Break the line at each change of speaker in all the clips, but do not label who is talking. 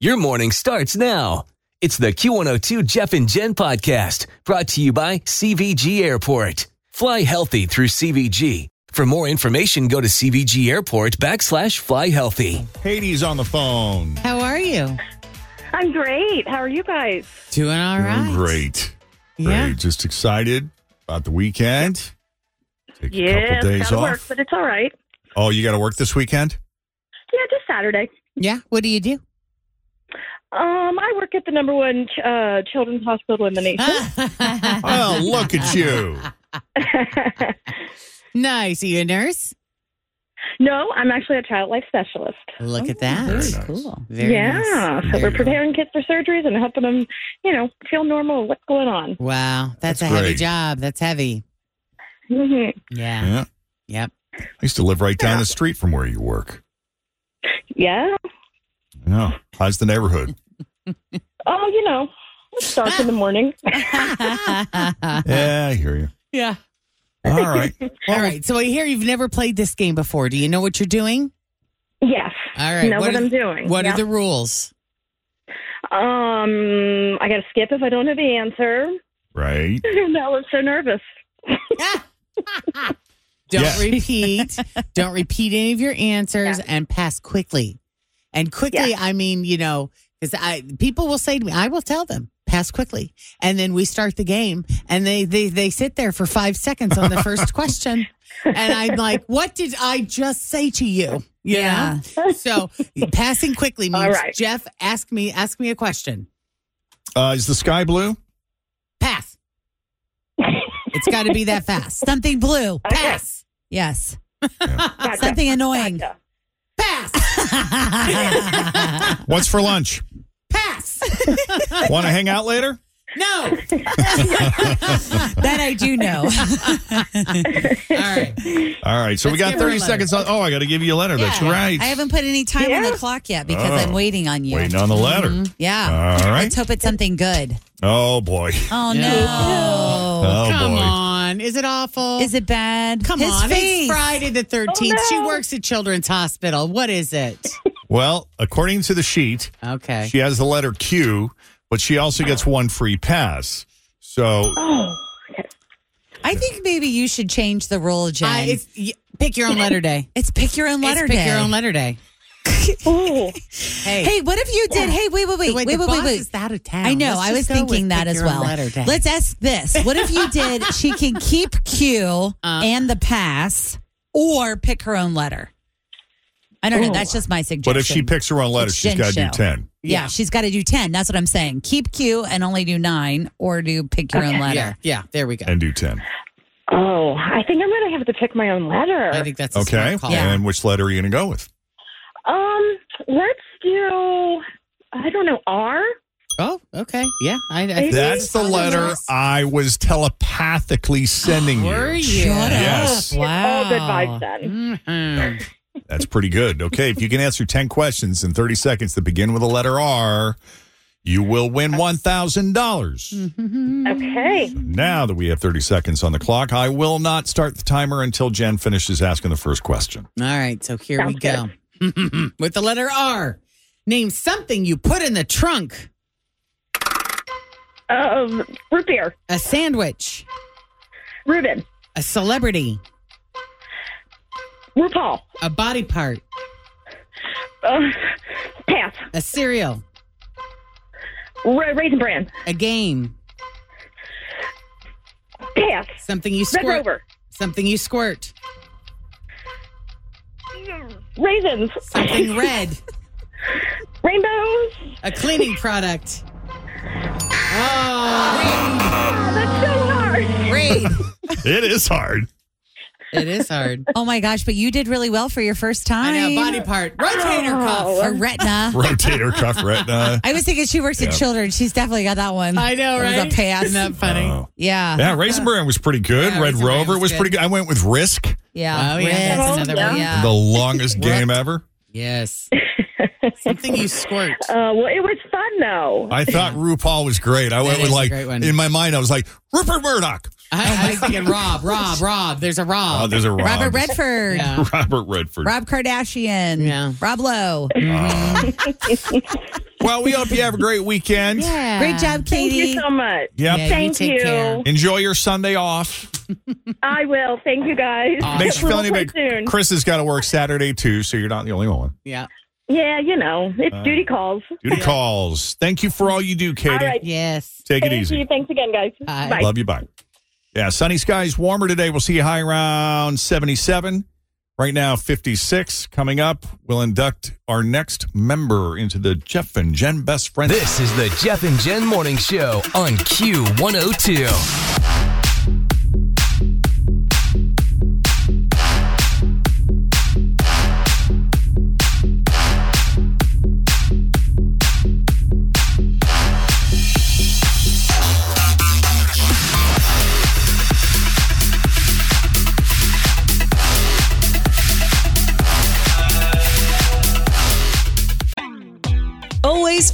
Your morning starts now. It's the Q102 Jeff and Jen podcast brought to you by CVG Airport. Fly healthy through CVG. For more information, go to CVG Airport backslash fly healthy.
Katie's on the phone.
How are you?
I'm great. How are you guys?
Doing all
Doing
right.
Great.
Yeah.
Great. Just excited about the weekend. Take a
Yes,
couple days
gotta
off.
work, but it's all right.
oh, you got to work this weekend?
Yeah, just Saturday.
Yeah. What do you do?
Um, I work at the number one ch- uh, children's hospital in the nation.
Ah.
Oh, look at you.
Nice. Are you a nurse?
no, I'm actually a child life specialist.
Look at that.
Oh, very nice.
cool. Very
yeah,
nice. Very
so we're
nice.
preparing kids for surgeries and helping them, you know, feel normal. of What's going on?
Wow. That's,
That's
a heavy
great.
job. That's heavy.
hmm
Yeah.
Yeah.
Yep.
I used to live right down the street from where you work.
Yeah.
No. How's the neighborhood?
Oh, you know, it's dark
Ah.
in the morning.
yeah, I hear you.
yeah.
All right.
All right. So I hear you've never played this game before. Do you know what you're doing?
Yes.
All right.
Know what,
are,
I'm doing.
What
yeah.
are the rules?
Um, I got to skip if I don't have the answer.
Right.
now I'm so nervous.
Don't
Yeah.
repeat. Don't repeat any of your answers and pass quickly. And quickly, I mean, you know, because I people will say to me, I will tell them, pass quickly. And then we start the game and they they, they sit there for five seconds on the first question. And I'm like, what did I just say to you? You
Yeah.
know? So passing quickly
All
means
right.
Jeff, ask me, ask me a question.
Uh, is the sky blue?
Pass. it's gotta be that fast.
Something blue.
Okay.
Pass.
Yes.
Ah,
Gotcha.
Something annoying.
Gotcha.
Pass.
What's for lunch?
Pass.
Want to hang out later?
No.
that I do know.
All right.
All right. So we
Let's
got
give her a
30
letter.
seconds. On, oh, I got to give you a letter. That's
Yeah.
right.
I haven't put any time on the clock yet because
Oh.
I'm waiting on you.
Waiting on the letter.
Mm-hmm.
Yeah.
All right.
Let's hope it's something good.
Oh, boy.
Oh
Yeah.
no.
Oh,
Come
boy.
on. Is it awful?
Is it bad?
Come
His
on.
face.
It's Friday the 13th. She
no.
works at Children's Hospital. What is it?
Well, according to the sheet,
Okay.
She has the letter Q, but she also gets one free pass. So
Oh,
I think maybe you should change the rule, Jen.
I,
it's,
it's, y- pick your own letter day.
pick your own letter
It's pick
day.
your own letter day.
Ooh.
Hey.
Hey, what if you did? Hey, wait, wait, wait,
the way
wait,
the
wait, wait,
boss
wait.
is out of town.
I know.
Let's
I
just
was
go with
thinking that
pick
as
your own
well.
letter day.
Let's ask this: What if you did? She can keep Q
Uh.
and the pass, or pick her own letter. I don't know.
Ooh.
That's just my suggestion.
but if she picks her own letter,
It's
she's got to do
Jen show.
10.
yeah,
Yeah.
she's got to do ten. That's what I'm saying. Keep Q and only do nine, or do pick your own letter.
yeah. Yeah. There we go.
And do 10.
oh, I think I'm gonna have to pick my own letter.
I think that's a
Okay.
smart call.
And which letter are you going to go with?
um, let's do. I don't know. R.
Oh, okay. Yeah. I, I
Maybe.
That's the
Sounds
letter
nice.
I was telepathically sending
Were
you.
you?
Shut
Yes.
up! Wow.
All good vibes then.
Mhm.
That's pretty good. Okay. If you can answer 10 questions in 30 seconds that begin with the letter R, you will win $1,000.
Mm.
Okay.
Now that we have 30 seconds on the clock, I will not start the timer until Jen finishes asking the first question.
All right, so here we
Sounds
go. With the letter R. Name something you put in the trunk.
Um, root beer.
A sandwich.
Ruben.
A celebrity.
RuPaul.
A body part.
Uh, pass.
A cereal.
Ra- Raisin Bran.
A game.
Pass.
Something you
Red
squirt.
Rover.
Something you squirt.
Raisins.
Something red.
Rainbows.
A cleaning product. Oh,
That's so hard.
Great.
It is hard.
it is hard.
oh my gosh, but you did really well for your first time.
And a
Oh.
body part. Rotator cuff.
Oh.
Or retina.
Rotator cuff retina.
I was thinking she works at
Yeah.
children. She's definitely got that one.
I know,
That was
right?
a pass.
Isn't that funny?
Oh.
yeah.
Yeah, Raisin Bran was pretty good.
Yeah,
Red
Raisin Bran
Rover
was
was
good.
pretty good. I went with Risk,
Yeah.
Oh, yeah,
Red.
that's another
Oh,
one.
yeah.
the longest
What?
game ever.
Yes. Something you squirt.
Uh, well, it was fun though.
I thought RuPaul was great. I went
is
with
a
like
great one.
in my mind, I was like Rupert Murdoch.
I, I was thinking Rob, Rob, Rob. There's a Rob.
Oh, there's a Rob.
Robert Redford.
Yeah.
Robert Redford.
Rob Kardashian.
Yeah. Ah.
Rob Lowe.
Mm-hmm.
Well, we hope you have a great weekend.
Yeah.
Great job,
Thank
Katie.
you so much.
Yep.
Yeah,
Thank
take
you.
care.
Enjoy your Sunday off.
I will. Thank you guys.
Make sure you feel
We'll
any
play
big.
soon.
Chris has got to work Saturday too, so you're not the only one.
Yeah.
Yeah, you know, it's
Uh,
duty calls.
Duty calls. Thank you for all you do, Katie.
All right.
Yes.
Take
Thank
it easy.
you. Thanks again, guys.
Bye.
Bye.
Love you. Bye. Yeah, sunny skies, warmer today. We'll see you high around 77. Right now, 56. Coming up, we'll induct our next member into the Jeff and Jen Best Friends.
This is the Jeff and Jen Morning Show on Q102.
Always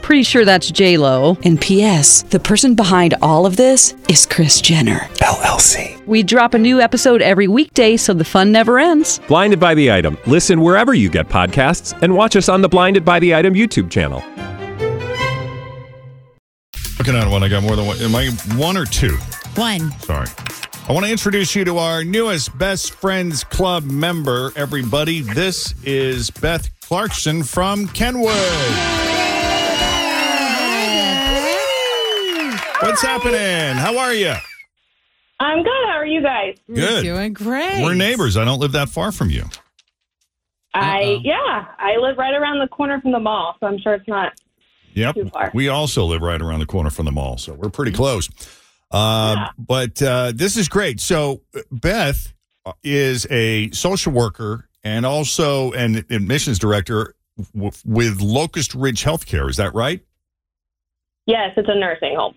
Pretty sure that's J Lo.
And P.S. The person behind all of this is Chris Jenner.
LLC.
We drop a new episode every weekday, so the fun never ends.
Blinded by the item. Listen wherever you get podcasts, and watch us on the Blinded by the Item YouTube channel.
Looking at one, I got more than one. Am I one or two?
One.
Sorry. I want to introduce you to our newest Best Friends Club member, everybody. This is Beth Clarkson from Kenwood. What's happening? How are you?
I'm good. How are you guys?
You're
Good.
doing great.
We're neighbors. I don't live that far from you.
Uh-oh.
I yeah, I live right around the corner from the mall, so I'm sure it's not.
Yep.
Too far.
We also live right around the corner from the mall, so we're pretty close. Uh, But uh, this is great. So Beth uh, is a social worker and also an admissions director w- with Locust Ridge Healthcare. Is that right?
Yes, it's a nursing home.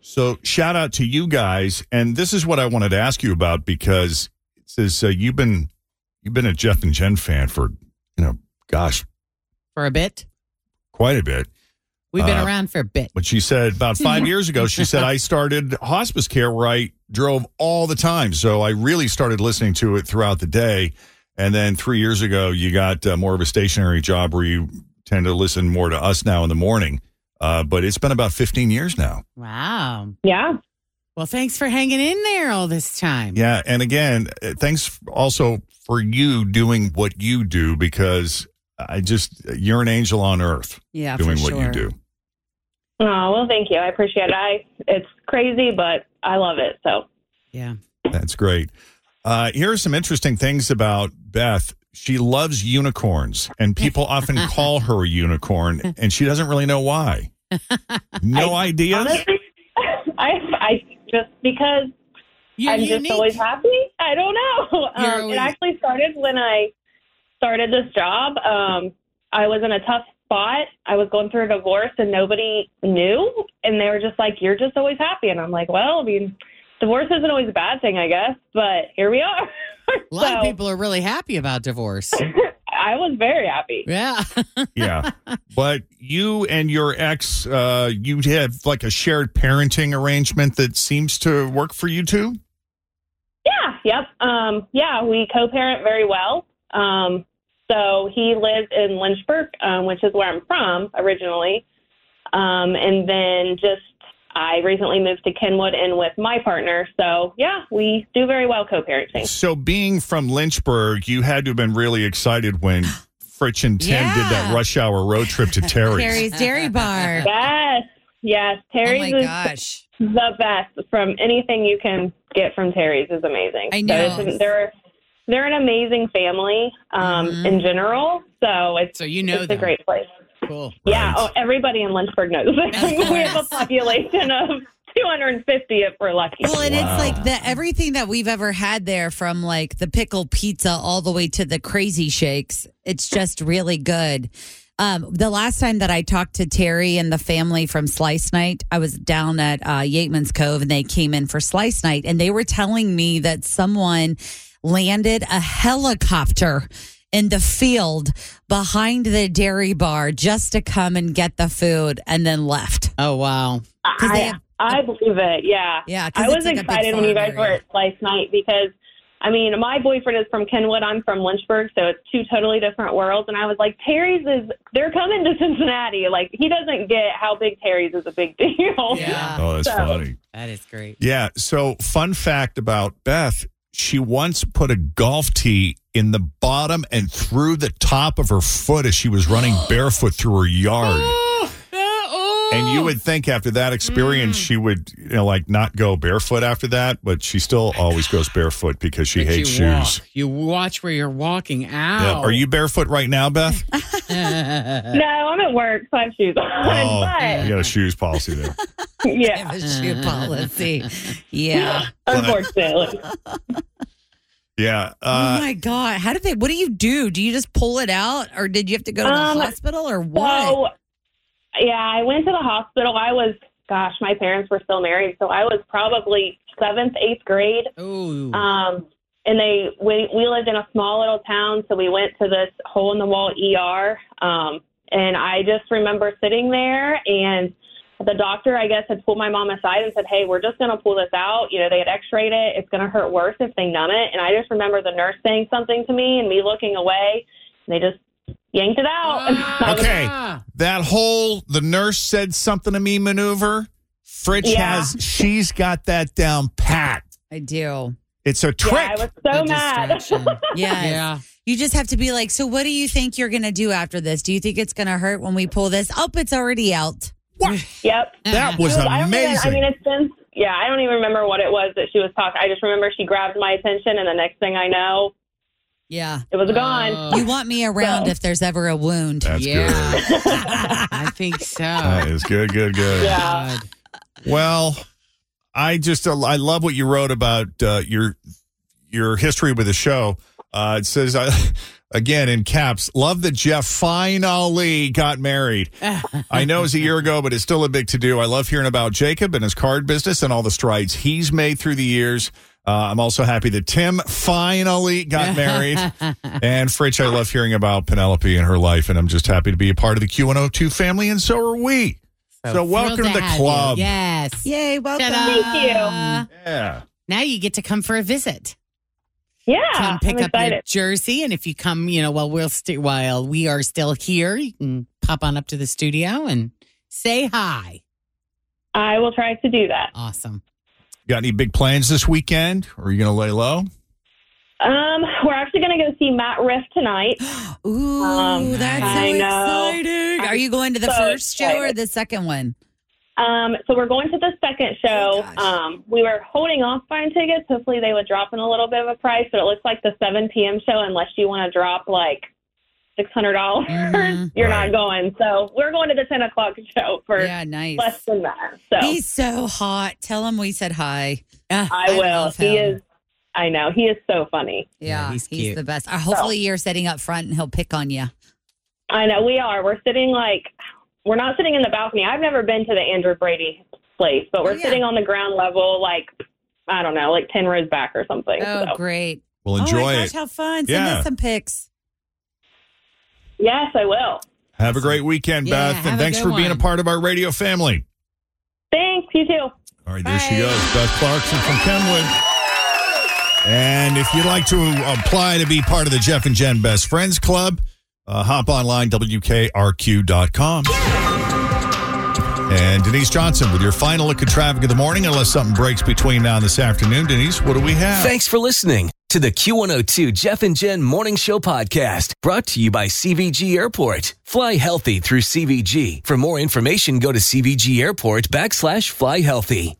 So shout out to you guys. And this is what I wanted to ask you about because it says uh, you've been you've been a Jeff and Jen fan for you know, gosh,
For a bit.
quite a bit.
We've been
Uh,
around for a bit.
But she said about five years ago, she said, I started hospice care where I drove all the time. So I really started listening to it throughout the day. And then three years ago, you got uh, more of a stationary job where you tend to listen more to us now in the morning. Uh, but it's been about 15 years now.
Wow.
Yeah.
Well, thanks for hanging in there all this time.
Yeah. And again, uh, thanks also for you doing what you do because I just, you're an angel on earth
Yeah,
Uh,
doing what you do.
Oh well, thank you. I appreciate it. I it's crazy, but I love it. So
Yeah.
That's great. Uh, here are some interesting things about Beth. She loves unicorns, and people often call her a unicorn, and she doesn't really know why. No idea.
honestly, I I just because
You're
I'm
unique.
just always happy. I don't know.
You're
Um,
always-
it actually started when I started this job. Um, I was in a tough spot. I was going through a divorce and nobody knew. And they were just like, You're just always happy. And I'm like, Well, I mean, divorce isn't always a bad thing, I guess, but here we are.
a lot
so
of people are really happy about divorce.
I was very happy.
Yeah.
yeah. But you and your ex, uh, you have like a shared parenting arrangement that seems to work for you two.
Yeah, yep. Um, yeah, we co parent very well. Um, so he lives in Lynchburg, um, which is where I'm from originally. Um, and then just I recently moved to Kenwood and with my partner. So yeah, we do very well co parenting.
So being from Lynchburg, you had to have been really excited when Fritch and Tim did that
Yeah.
rush hour road trip to Terry's.
Carrie's Dairy Bar.
Yes, yes.
oh
Terry's
my
is
gosh.
the best from anything you can get from Terry's is amazing.
I know.
So it's, they're they're an amazing family um,
Mhm.
in general. So it's
Mm-hmm. So you know
it's
them.
a great place.
Cool.
Yeah, oh, everybody in Lynchburg knows. we have a
course.
population of 250 if we're lucky.
Well, and
Wow.
it's like the everything that we've ever had there, from like the pickle pizza all the way to the crazy shakes. It's just really good. Um, the last time that I talked to Terry and the family from Slice Night, I was down at uh, Yateman's Cove, and they came in for Slice Night, and they were telling me that someone landed a helicopter in the field behind the dairy bar just to come and get the food, and then left.
Oh wow.
'Cause they
I,
have-
I believe it. Yeah.
Yeah, 'cause
I
it's
was
like a big
excited when you
farm
guys were
area.
at Slice Night because, I mean, my boyfriend is from Kenwood. I'm from Lynchburg, so it's two totally different worlds. And I was like, Terry's is they're coming to Cincinnati. Like he doesn't get how big Terry's is a big deal.
Yeah.
Oh, that's
So-
funny.
That is great.
Yeah. So, fun fact about Beth, she once put a golf tee in the bottom and through the top of her foot as she was running barefoot through her yard.
Oh,
And you would think after that experience, she would, you know, like not go barefoot after that, but she still always goes barefoot because she
But
hates
you walk.
shoes.
You watch where you're walking. Ow.
Yeah. Are you barefoot right now, Beth?
No, I'm at work, so I have shoes on.
Oh,
Oh,
you got a shoes policy there.
But yeah,
have a shoe policy. Yeah.
unfortunately.
Yeah.
oh
Uh,
my god! How did they? What do you do? Do you just pull it out, or did you have to go to
Um,
the hospital, or what?
So, yeah, I went to the hospital. I was, gosh, my parents were still married, so I was probably seventh, eighth grade.
Ooh.
Um, and they we, we lived in a small little town, so we went to this hole in the wall ER. Um, and I just remember sitting there, and the doctor, I guess, had pulled my mom aside and said, "Hey, we're just going to pull this out. You know, they had X-rayed it. It's going to hurt worse if they numb it." And I just remember the nurse saying something to me, and me looking away, and they just yanked it out. I was
Okay.
Ah.
that whole the nurse said something to me maneuver fritch
Yeah.
has she's got that down pat
I do.
it's a trick
Yeah, I was so
The
mad.
distraction.
Yes.
Yeah.
You just have to be like, so what do you think you're going to do after this? Do you think it's going to hurt when we pull this? Oh, it's already out.
yep.
that was
It I don't even-
amazing
I mean, it's been, yeah, I don't even remember what it was that she was talking. I just remember she grabbed my attention, and the next thing I know,
Yeah.
it was
Oh,
gone.
You want me around if there's ever a wound.
that's
yeah.
good
I think so.
that is good good good
Yeah.
God.
well i just i love what you wrote about uh, your your history with the show uh, it says uh, again in caps love that jeff finally got married I know it's a year ago, but it's still a big to do. I love hearing about Jacob and his card business and all the strides he's made through the years. Uh, I'm also happy that Tim finally got married. and Fritch, I love hearing about Penelope and her life, and I'm just happy to be a part of the Q102 family, and so are we. So, welcome to
Thrilled
the
have you.
club.
Yes.
Yay, welcome.
Ta-da.
Thank
Yeah.
Now you get to come for a visit.
Yeah.
Come pick
I'm
up your
excited.
jersey, and if you come, you know, while we'll st- while we are still here, you can pop on up to the studio and say hi.
I will try to do that.
Awesome.
Got any big plans this weekend? Or are you going to lay low?
Um, we're actually going to go see Matt Riff tonight.
Ooh,
Um,
that's so
I know.
exciting. Are you going to the
I'm so
first show or
excited.
the second one?
Um, so we're going to the second
Oh,
show.
gosh.
um, we were holding off buying tickets. Hopefully, they would drop in a little bit of a price, but it looks like the 7 p.m. show, unless you want to drop like $600, dollars
Mhm.
you're
Right.
not going. So we're going to the 10 o'clock show for
Yeah, nice.
less than that. So
He's so hot. Tell him we said hi.
I will.
love
He
him.
is. I know he is so funny.
Yeah,
Yeah, he's
he's,
cute.
the best. Uh, hopefully, you're sitting up front and he'll pick on you.
I know we are. We're sitting like we're not sitting in the balcony. I've never been to the Andrew Brady place, but we're
Oh, Yeah.
sitting on the ground level, like I don't know, like ten rows back or something.
Oh,
so.
great.
We'll enjoy
oh my
it.
gosh, how fun. Send
Yeah.
us some pics.
Yes, I will.
Have a great weekend,
Yeah,
Beth,
have
and
a
thanks
good
for being a
one.
part of our radio family.
Thanks. You too.
All right, there she goes, Beth Clarkson from Kenwood. And if you'd like to apply to be part of the Jeff and Jen Best Friends Club, uh, hop online, WKRQ.com. And Denise Johnson with your final look at traffic of the morning, unless something breaks between now and this afternoon. Denise, what do we have?
Thanks for listening to the Q102 Jeff and Jen Morning Show podcast brought to you by CVG Airport. Fly healthy through CVG. For more information, go to CVG Airport backslash fly healthy.